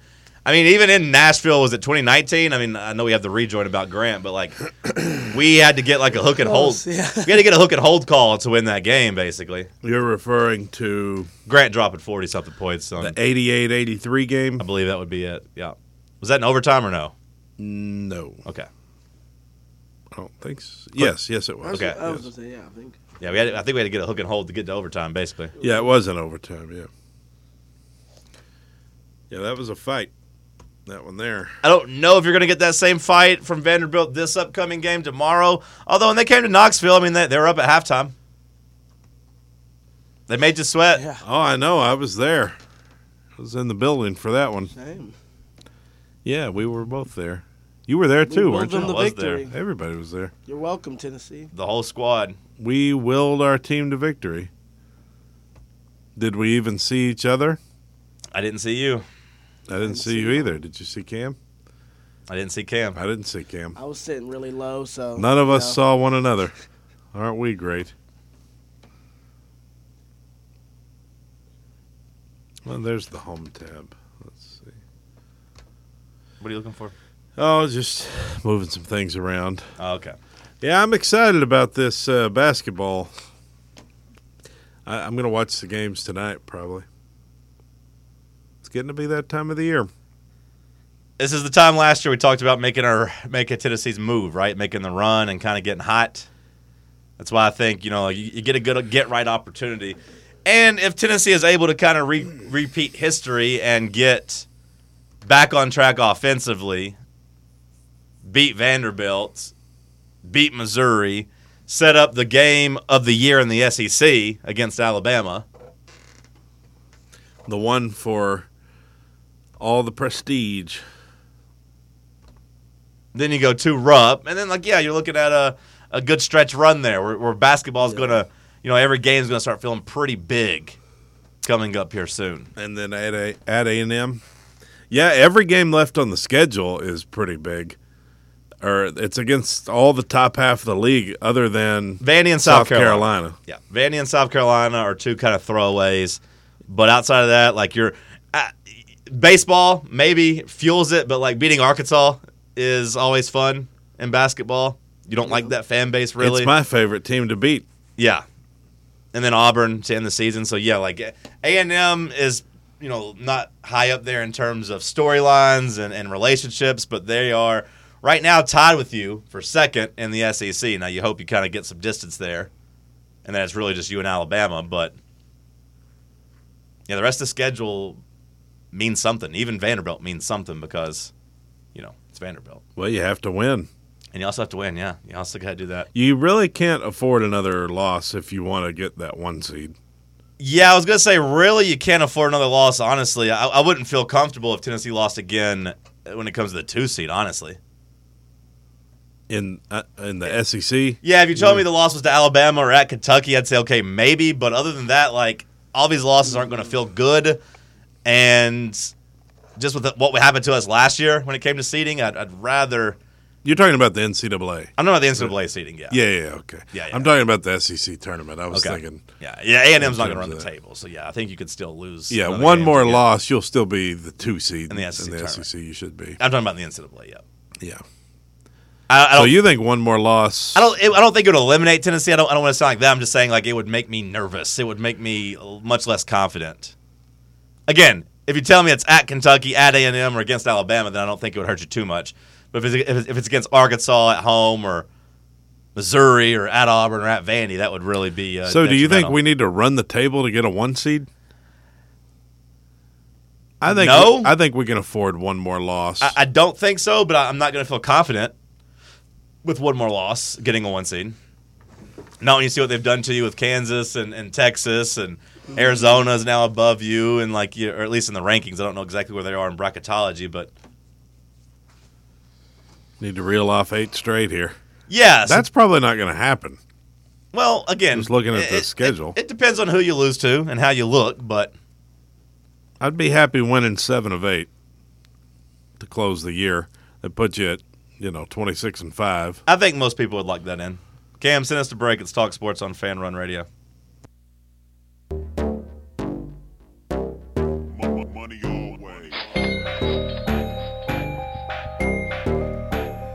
S5: I mean, even in Nashville, was it 2019? I mean, I know we have the rejoin about Grant, but like we had to get like a hook and hold.
S7: Close, yeah.
S5: We had to get a hook and hold call to win that game, basically.
S6: You're referring to
S5: Grant dropping 40 something points. On,
S6: the 88 83 game?
S5: I believe that would be it. Yeah. Was that in overtime or no?
S6: No.
S5: Okay.
S6: I don't think so. Yes, yes, it was.
S5: Okay.
S7: I was
S6: yes.
S7: gonna say, yeah, I think.
S5: Yeah, we had. To, I think we had to get a hook and hold to get to overtime, basically.
S6: Yeah, it was in overtime, yeah. Yeah, that was a fight. That one there.
S5: I don't know if you're going to get that same fight from Vanderbilt this upcoming game tomorrow. Although when they came to Knoxville, I mean they, they were up at halftime. They made you sweat.
S7: Yeah.
S6: Oh, I know. I was there. I was in the building for that one.
S7: Same.
S6: Yeah, we were both there. You were there too, weren't
S7: willed them
S6: you?
S7: to
S5: I was there.
S7: victory.
S6: Everybody was there.
S7: You're welcome, Tennessee.
S5: The whole squad.
S6: We willed our team to victory. Did we even see each other?
S5: I didn't see you.
S6: I didn't see you either. Did you see Cam?
S5: I didn't see Cam.
S6: I didn't see Cam.
S7: I was sitting really low, so
S6: None of
S7: you
S6: us
S7: know.
S6: saw one another. Aren't we great? Well, there's the home tab. Let's see.
S5: What are you looking for?
S6: Oh, just moving some things around.
S5: Oh, okay.
S6: Yeah, I'm excited about this uh, basketball. I, I'm going to watch the games tonight, probably. It's getting to be that time of the year.
S5: This is the time last year we talked about making our making Tennessee's move, right? Making the run and kind of getting hot. That's why I think you know you, you get a good get right opportunity, and if Tennessee is able to kind of re- repeat history and get back on track offensively, beat Vanderbilt, beat Missouri, set up the game of the year in the SEC against Alabama.
S6: The one for all the prestige.
S5: Then you go two Rupp, and then like yeah, you're looking at a a good stretch run there where, where basketball's gonna you know every game's gonna start feeling pretty big coming up here soon.
S6: And then at a at A and M, yeah, every game left on the schedule is pretty big, or it's against all the top half of the league, other than
S5: Vandy and
S6: South
S5: South,
S6: Carolina.
S5: Yeah, Vandy and South Carolina are two kind of throwaways, but outside of that, like you're uh, baseball maybe fuels it, but like beating Arkansas is always fun in basketball. You don't like that fan base really.
S6: It's my favorite team to beat.
S5: Yeah, and then Auburn to end the season. So yeah, like A and M is you know not high up there in terms of storylines and, and relationships, but they are right now tied with you for second in the SEC. Now you hope you kind of get some distance there, and then it's really just you and Alabama. But yeah, the rest of the schedule means something. Even Vanderbilt means something because you know, it's Vanderbilt.
S6: Well, you have to win.
S5: And you also have to win, yeah. You also got to do that.
S6: You really can't afford another loss if you want to get that one seed.
S5: Yeah, I was gonna say, really, you can't afford another loss. Honestly, I, I wouldn't feel comfortable if Tennessee lost again when it comes to the two seed. Honestly,
S6: in uh, in the SEC.
S5: yeah, if you
S6: Mm.
S5: told me the loss was to Alabama or at Kentucky, I'd say okay, maybe. But other than that, like all these losses aren't gonna feel good, and just with the, what happened to us last year when it came to seeding, I'd, I'd rather.
S6: You're talking about the NCAA.
S5: I'm not about the NCAA seeding, yeah,
S6: Yeah, yeah, okay.
S5: Yeah, yeah.
S6: I'm talking about the SEC tournament. I was
S5: okay.
S6: thinking,
S5: yeah, yeah. A and M's not gonna
S6: terms
S5: run the
S6: of that.
S5: table, so yeah, I think you could still lose.
S6: yeah,
S5: another
S6: one
S5: game
S6: more
S5: to get-
S6: loss, you'll still be the two seed
S5: In the SEC tournament.
S6: SEC, you should be.
S5: I'm talking about the NCAA, yeah.
S6: Yeah.
S5: I, I
S6: So
S5: don't
S6: you think one more loss?
S5: I don't. It, I don't think it would eliminate Tennessee. I don't. I don't want to sound like that. I'm just saying like it would make me nervous. It would make me much less confident. Again, if you tell me it's at Kentucky, at A and M, or against Alabama, then I don't think it would hurt you too much. But if it's, if it's, if it's against Arkansas at home or Missouri or at Auburn or at Vandy, that would really be. Uh,
S6: so do you think
S5: detrimental.
S6: we need to run the table to get a one seed? I think
S5: No.
S6: I think we can afford one more loss.
S5: I, I don't think so, but I, I'm not going to feel confident with one more loss getting a one seed. Not when you see what they've done to you with Kansas and, and Texas and Arizona is now above you and like you, or at least in the rankings. I don't know exactly where they are in bracketology, but
S6: Need to reel off eight straight here.
S5: yeah, so-
S6: That's probably not going to happen.
S5: well again.
S6: Just looking at
S5: it-
S6: the
S5: it-
S6: schedule.
S5: it, it depends on who you lose to and how you look, but
S6: I'd be happy winning seven of eight to close the year. That puts you at you know twenty six and five.
S5: I think most people would like that in. Cam, send us to break. It's Talk Sports on Fan Run Radio.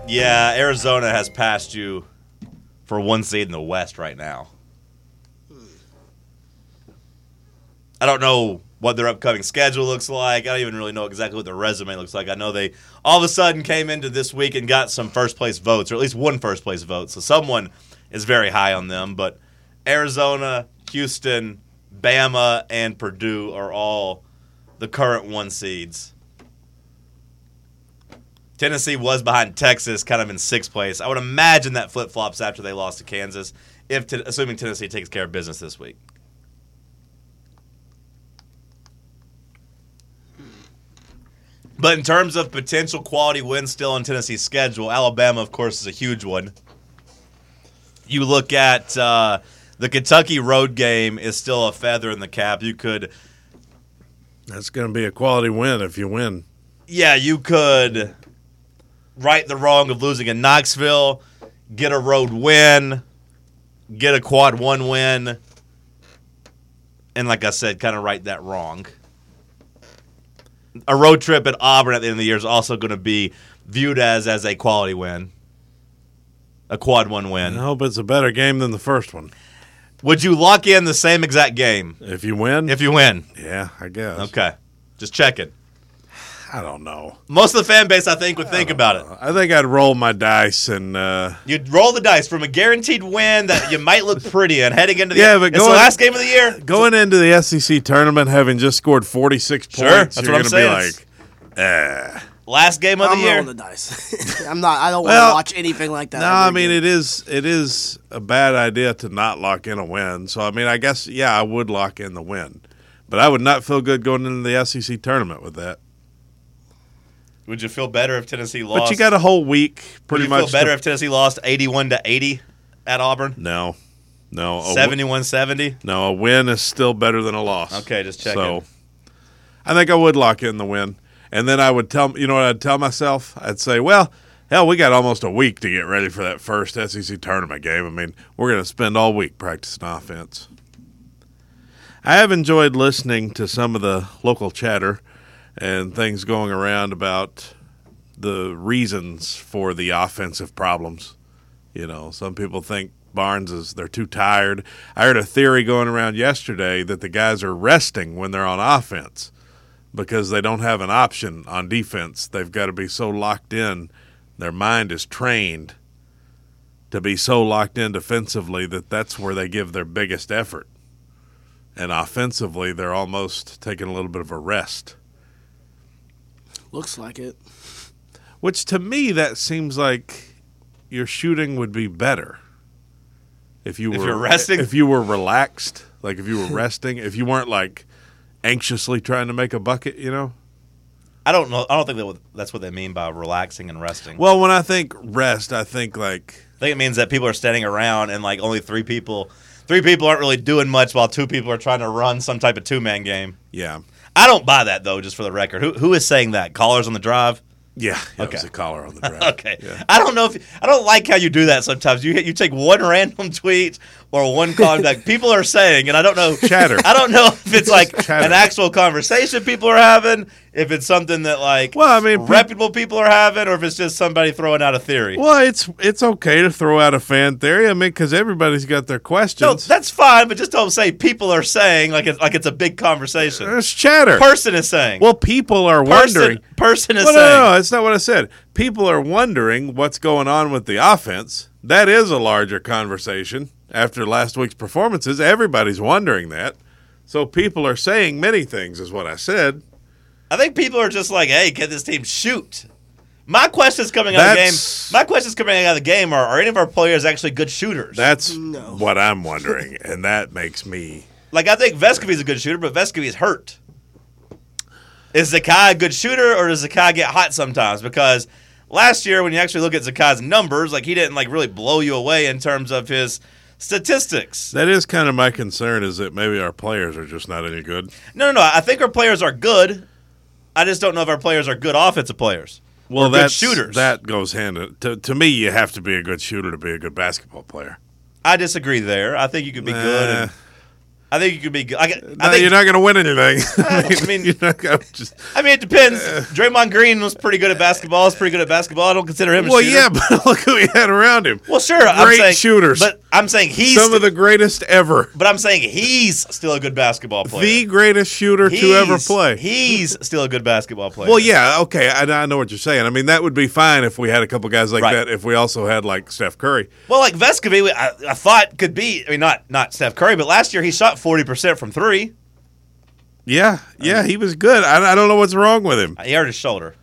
S5: Yeah, Arizona has passed you for one seed in the West right now. I don't know what their upcoming schedule looks like. I don't even really know exactly what their resume looks like. I know they all of a sudden came into this week and got some first place votes, or at least one first place vote. So someone is very high on them. But Arizona, Houston, Bama, and Purdue are all the current one seeds. Tennessee was behind Texas, kind of in sixth place. I would imagine that flip flops after they lost to Kansas, if t- assuming Tennessee takes care of business this week. But in terms of potential quality wins still on Tennessee's schedule, Alabama, of course, is a huge one. You look at uh, the Kentucky road game is still a feather in the cap. You could,
S6: That's going to be a quality win if you win.
S5: yeah, you could right the wrong of losing in Knoxville, get a road win, get a quad one win, and like I said, kind of right that wrong. A road trip at Auburn at the end of the year is also going to be viewed as as a quality win, a quad one
S6: And
S5: win.
S6: I hope it's a better game than the first one.
S5: Would you lock in the same exact game
S6: If you win,
S5: if you win?
S6: yeah, I guess.
S5: Okay, just checking.
S6: I don't know.
S5: Most of the fan base, I think, would think about it.
S6: I think I'd roll my dice and uh,
S5: You'd roll the dice from a guaranteed win that you might look pretty in heading into the
S6: Yeah, but
S5: it's the
S6: going-
S5: last game of the year.
S6: going into the SEC tournament having just scored forty six
S5: Sure,
S6: points.
S5: that's
S6: you're
S5: what I'm
S6: gonna
S5: saying.
S6: be like, eh.
S5: Last game of
S7: I'm
S5: the year.
S7: rolling the dice. I'm not. I don't
S6: Well,
S7: want to watch anything like that.
S6: No,
S7: ever
S6: I mean
S7: again.
S6: it is it is a bad idea to not lock in a win. So I mean, I guess yeah, I would lock in the win, but I would not feel good going into the SEC tournament with that.
S5: Would you feel better if Tennessee lost?
S6: But you got a whole week
S5: Would
S6: pretty
S5: you
S6: much.
S5: feel better
S6: to-
S5: if Tennessee lost 81 to 80 at Auburn?
S6: no, no, a wi-
S5: 71 70?
S6: No, a win is still better than a loss.
S5: Okay, just checking.
S6: So, I think I would lock in the win, and then I would tell you know what I'd tell myself. I'd say, well, hell, we got almost a week to get ready for that first SEC tournament game. I mean, we're going to spend all week practicing offense. I have enjoyed listening to some of the local chatter and things going around about the reasons for the offensive problems. You know, some people think Barnes is they're too tired. I heard a theory going around yesterday that the guys are resting when they're on offense because they don't have an option on defense. They've got to be so locked in, their mind is trained to be so locked in defensively that that's where they give their biggest effort. And offensively, they're almost taking a little bit of a rest.
S7: looks like it.
S6: Which to me, that seems like your shooting would be better if you were
S5: If you're resting?
S6: If you were relaxed, like if you were resting, if you weren't like anxiously trying to make a bucket, you know.
S5: I don't know. I don't think that would, that's what they mean by relaxing and resting.
S6: Well, when I think rest, I think like
S5: I think it means that people are standing around and like only three people, three people aren't really doing much while two people are trying to run some type of two man game.
S6: yeah,
S5: I don't buy that though. Just for the record, who who is saying that? Callers on the drive.
S6: yeah. yeah It was
S5: Okay.
S6: a collar on the draft.
S5: Okay,
S6: Yeah.
S5: I don't know if I don't like how you do that sometimes. You you take one random tweet or one contact people are saying, and I don't know
S6: Chatter.
S5: I don't know if it's like
S6: Chatter.
S5: an actual conversation people are having, if it's something that like
S6: Well, I mean, pe-
S5: reputable people are having, or if it's just somebody throwing out a theory.
S6: Well, it's it's okay to throw out a fan theory. I mean, because everybody's got their
S5: No,
S6: questions.
S5: that's fine, but just don't say people are saying like it's like it's a big conversation.
S6: There's chatter.
S5: Person is saying.
S6: well, people are
S5: person,
S6: wondering.
S5: person is
S6: Well, no,
S5: saying.
S6: no, no, that's not what I said. People are wondering what's going on with the offense. That is a larger conversation after last week's performances. Everybody's wondering that. So people are saying many things, is what I said.
S5: I think people are just like, hey, can this team shoot? My questions coming out of the game.
S6: That's-
S5: My questions coming out of the game are: Are any of our players actually good shooters?
S6: That's what I'm wondering, and that makes me.
S5: like, I think Vescovy's a good shooter, but Vescovy's hurt. Is Zakai a good shooter, or does Zakai get hot sometimes? Because last year, when you actually look at Zakai's numbers, like he didn't like really blow you away in terms of his statistics.
S6: That is kind of my concern is that maybe our players are just not any good.
S5: No, no, no. I think our players are good. I just don't know if our players are good offensive players.
S6: Well,
S5: or good
S6: that's-
S5: shooters.
S6: That goes hand in, to to me. You have to be a good shooter to be a good basketball player.
S5: I disagree there. I think you could be good.
S6: Nah.
S5: And I think you could be good. I, I
S6: No,
S5: think
S6: you're not going to win anything.
S5: I mean-
S6: you're not gonna just,
S5: I mean, it depends. Draymond Green was pretty good at basketball. Is pretty good at basketball. I don't consider him. A
S6: well,
S5: shooter.
S6: yeah, but look who he had around him.
S5: Well, sure. I'm
S6: Great
S5: saying,
S6: shooters.
S5: But I'm saying he's.
S6: Some of the greatest ever.
S5: but I'm saying he's still a good basketball player.
S6: The greatest shooter
S5: he's,
S6: to ever play.
S5: He's still a good basketball player.
S6: well, yeah, okay, I, I know what you're saying. I mean, that would be fine if we had a couple guys like
S5: Right.
S6: that. If we also had like Steph Curry,
S5: Well, like Vescovy, I, I thought could be. I mean, not not Steph Curry, but last year he shot 40 percent from three.
S6: yeah, yeah, he was good. I, I don't know what's wrong with him.
S5: He hurt his shoulder.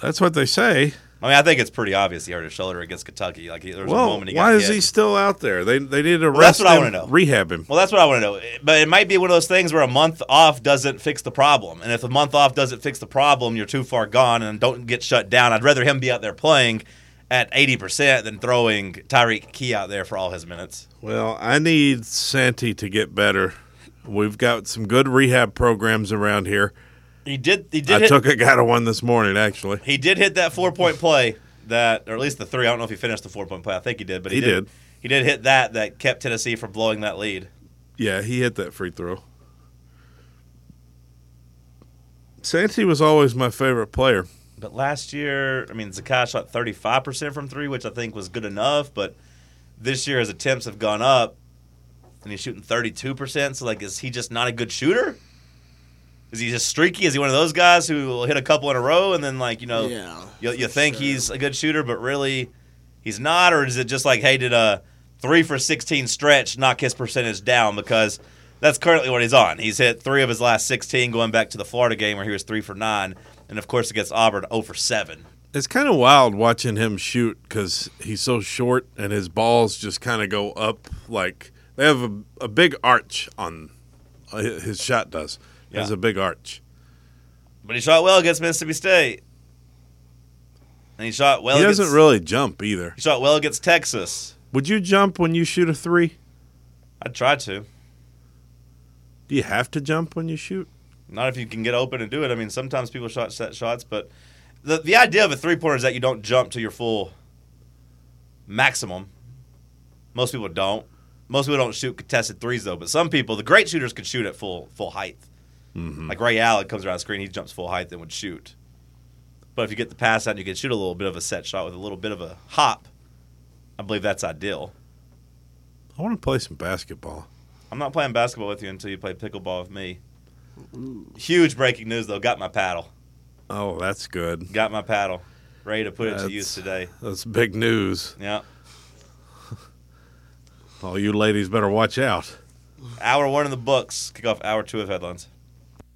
S6: That's what they say.
S5: I mean, I think it's pretty obvious he hurt his shoulder against Kentucky. Like he, there was a
S6: Well,
S5: moment he got
S6: why is
S5: hit.
S6: he still out there? They they need to
S5: that's
S6: arrest
S5: what I
S6: him,
S5: wanna know.
S6: rehab him.
S5: Well, that's what I want to know. But it might be one of those things where a month off doesn't fix the problem. And if a month off doesn't fix the problem, you're too far gone and don't get shut down. I'd rather him be out there playing at 80% than throwing Tyreek Key out there for all his minutes.
S6: Well, I need Santi to get better. We've got some good rehab programs around here.
S5: He did he
S6: I
S5: did hit,
S6: took a guy to one this morning, actually.
S5: he did hit that four-point play that or at least the three. I don't know if he finished the four-point play. I think he did, but he,
S6: He
S5: did.
S6: did.
S5: He did hit that that kept Tennessee from blowing that lead.
S6: Yeah, he hit that free throw. Santi was always my favorite player.
S5: But last year, I mean, Zakai shot 35% from three, which I think was good enough. But this year, his attempts have gone up, and he's shooting 32%. So, like, is he just not a good shooter? Is he just streaky? Is he one of those guys who will hit a couple in a row and then, like, you
S6: Oh.
S5: know,
S7: Yeah,
S5: you, you think he's a good shooter, but really he's not? Or is it just like, hey, did a three for 16 stretch knock his percentage down? Because that's currently what he's on. He's hit three of his last 16 going back to the Florida game where he was three for nine. And of course, against Auburn, 0 for 7.
S6: It's kind of wild watching him shoot because he's so short and his balls just kind of go up like they have a, a big arch on uh, hi- his shot. Does It has
S5: Yeah.
S6: a big arch.
S5: But he shot well against Mississippi State. And he shot well
S6: He
S5: against,
S6: doesn't really jump either.
S5: he shot well against Texas.
S6: Would you jump when you shoot a three?
S5: I tried to.
S6: Do you have to jump when you shoot?
S5: Not if you can get open and do it. I mean, sometimes people shot set shots, but the the idea of a three pointer is that you don't jump to your full maximum. Most people don't. Most people don't shoot contested threes though, but some people, the great shooters, could shoot at full full height. Like Ray Allen comes around the screen, he jumps full height, then would shoot. But if you get the pass out and you can shoot a little bit of a set shot with a little bit of a hop, I believe that's ideal.
S6: I want to play some basketball.
S5: I'm not playing basketball with you until you play pickleball with me. Huge breaking news though. Got my paddle.
S6: Oh, that's good.
S5: Got my paddle. Ready to put it to
S6: That's-
S5: use today.
S6: That's big news.
S5: Yeah.
S6: All you ladies better watch out.
S5: Hour one in the books. Kick off hour two of headlines.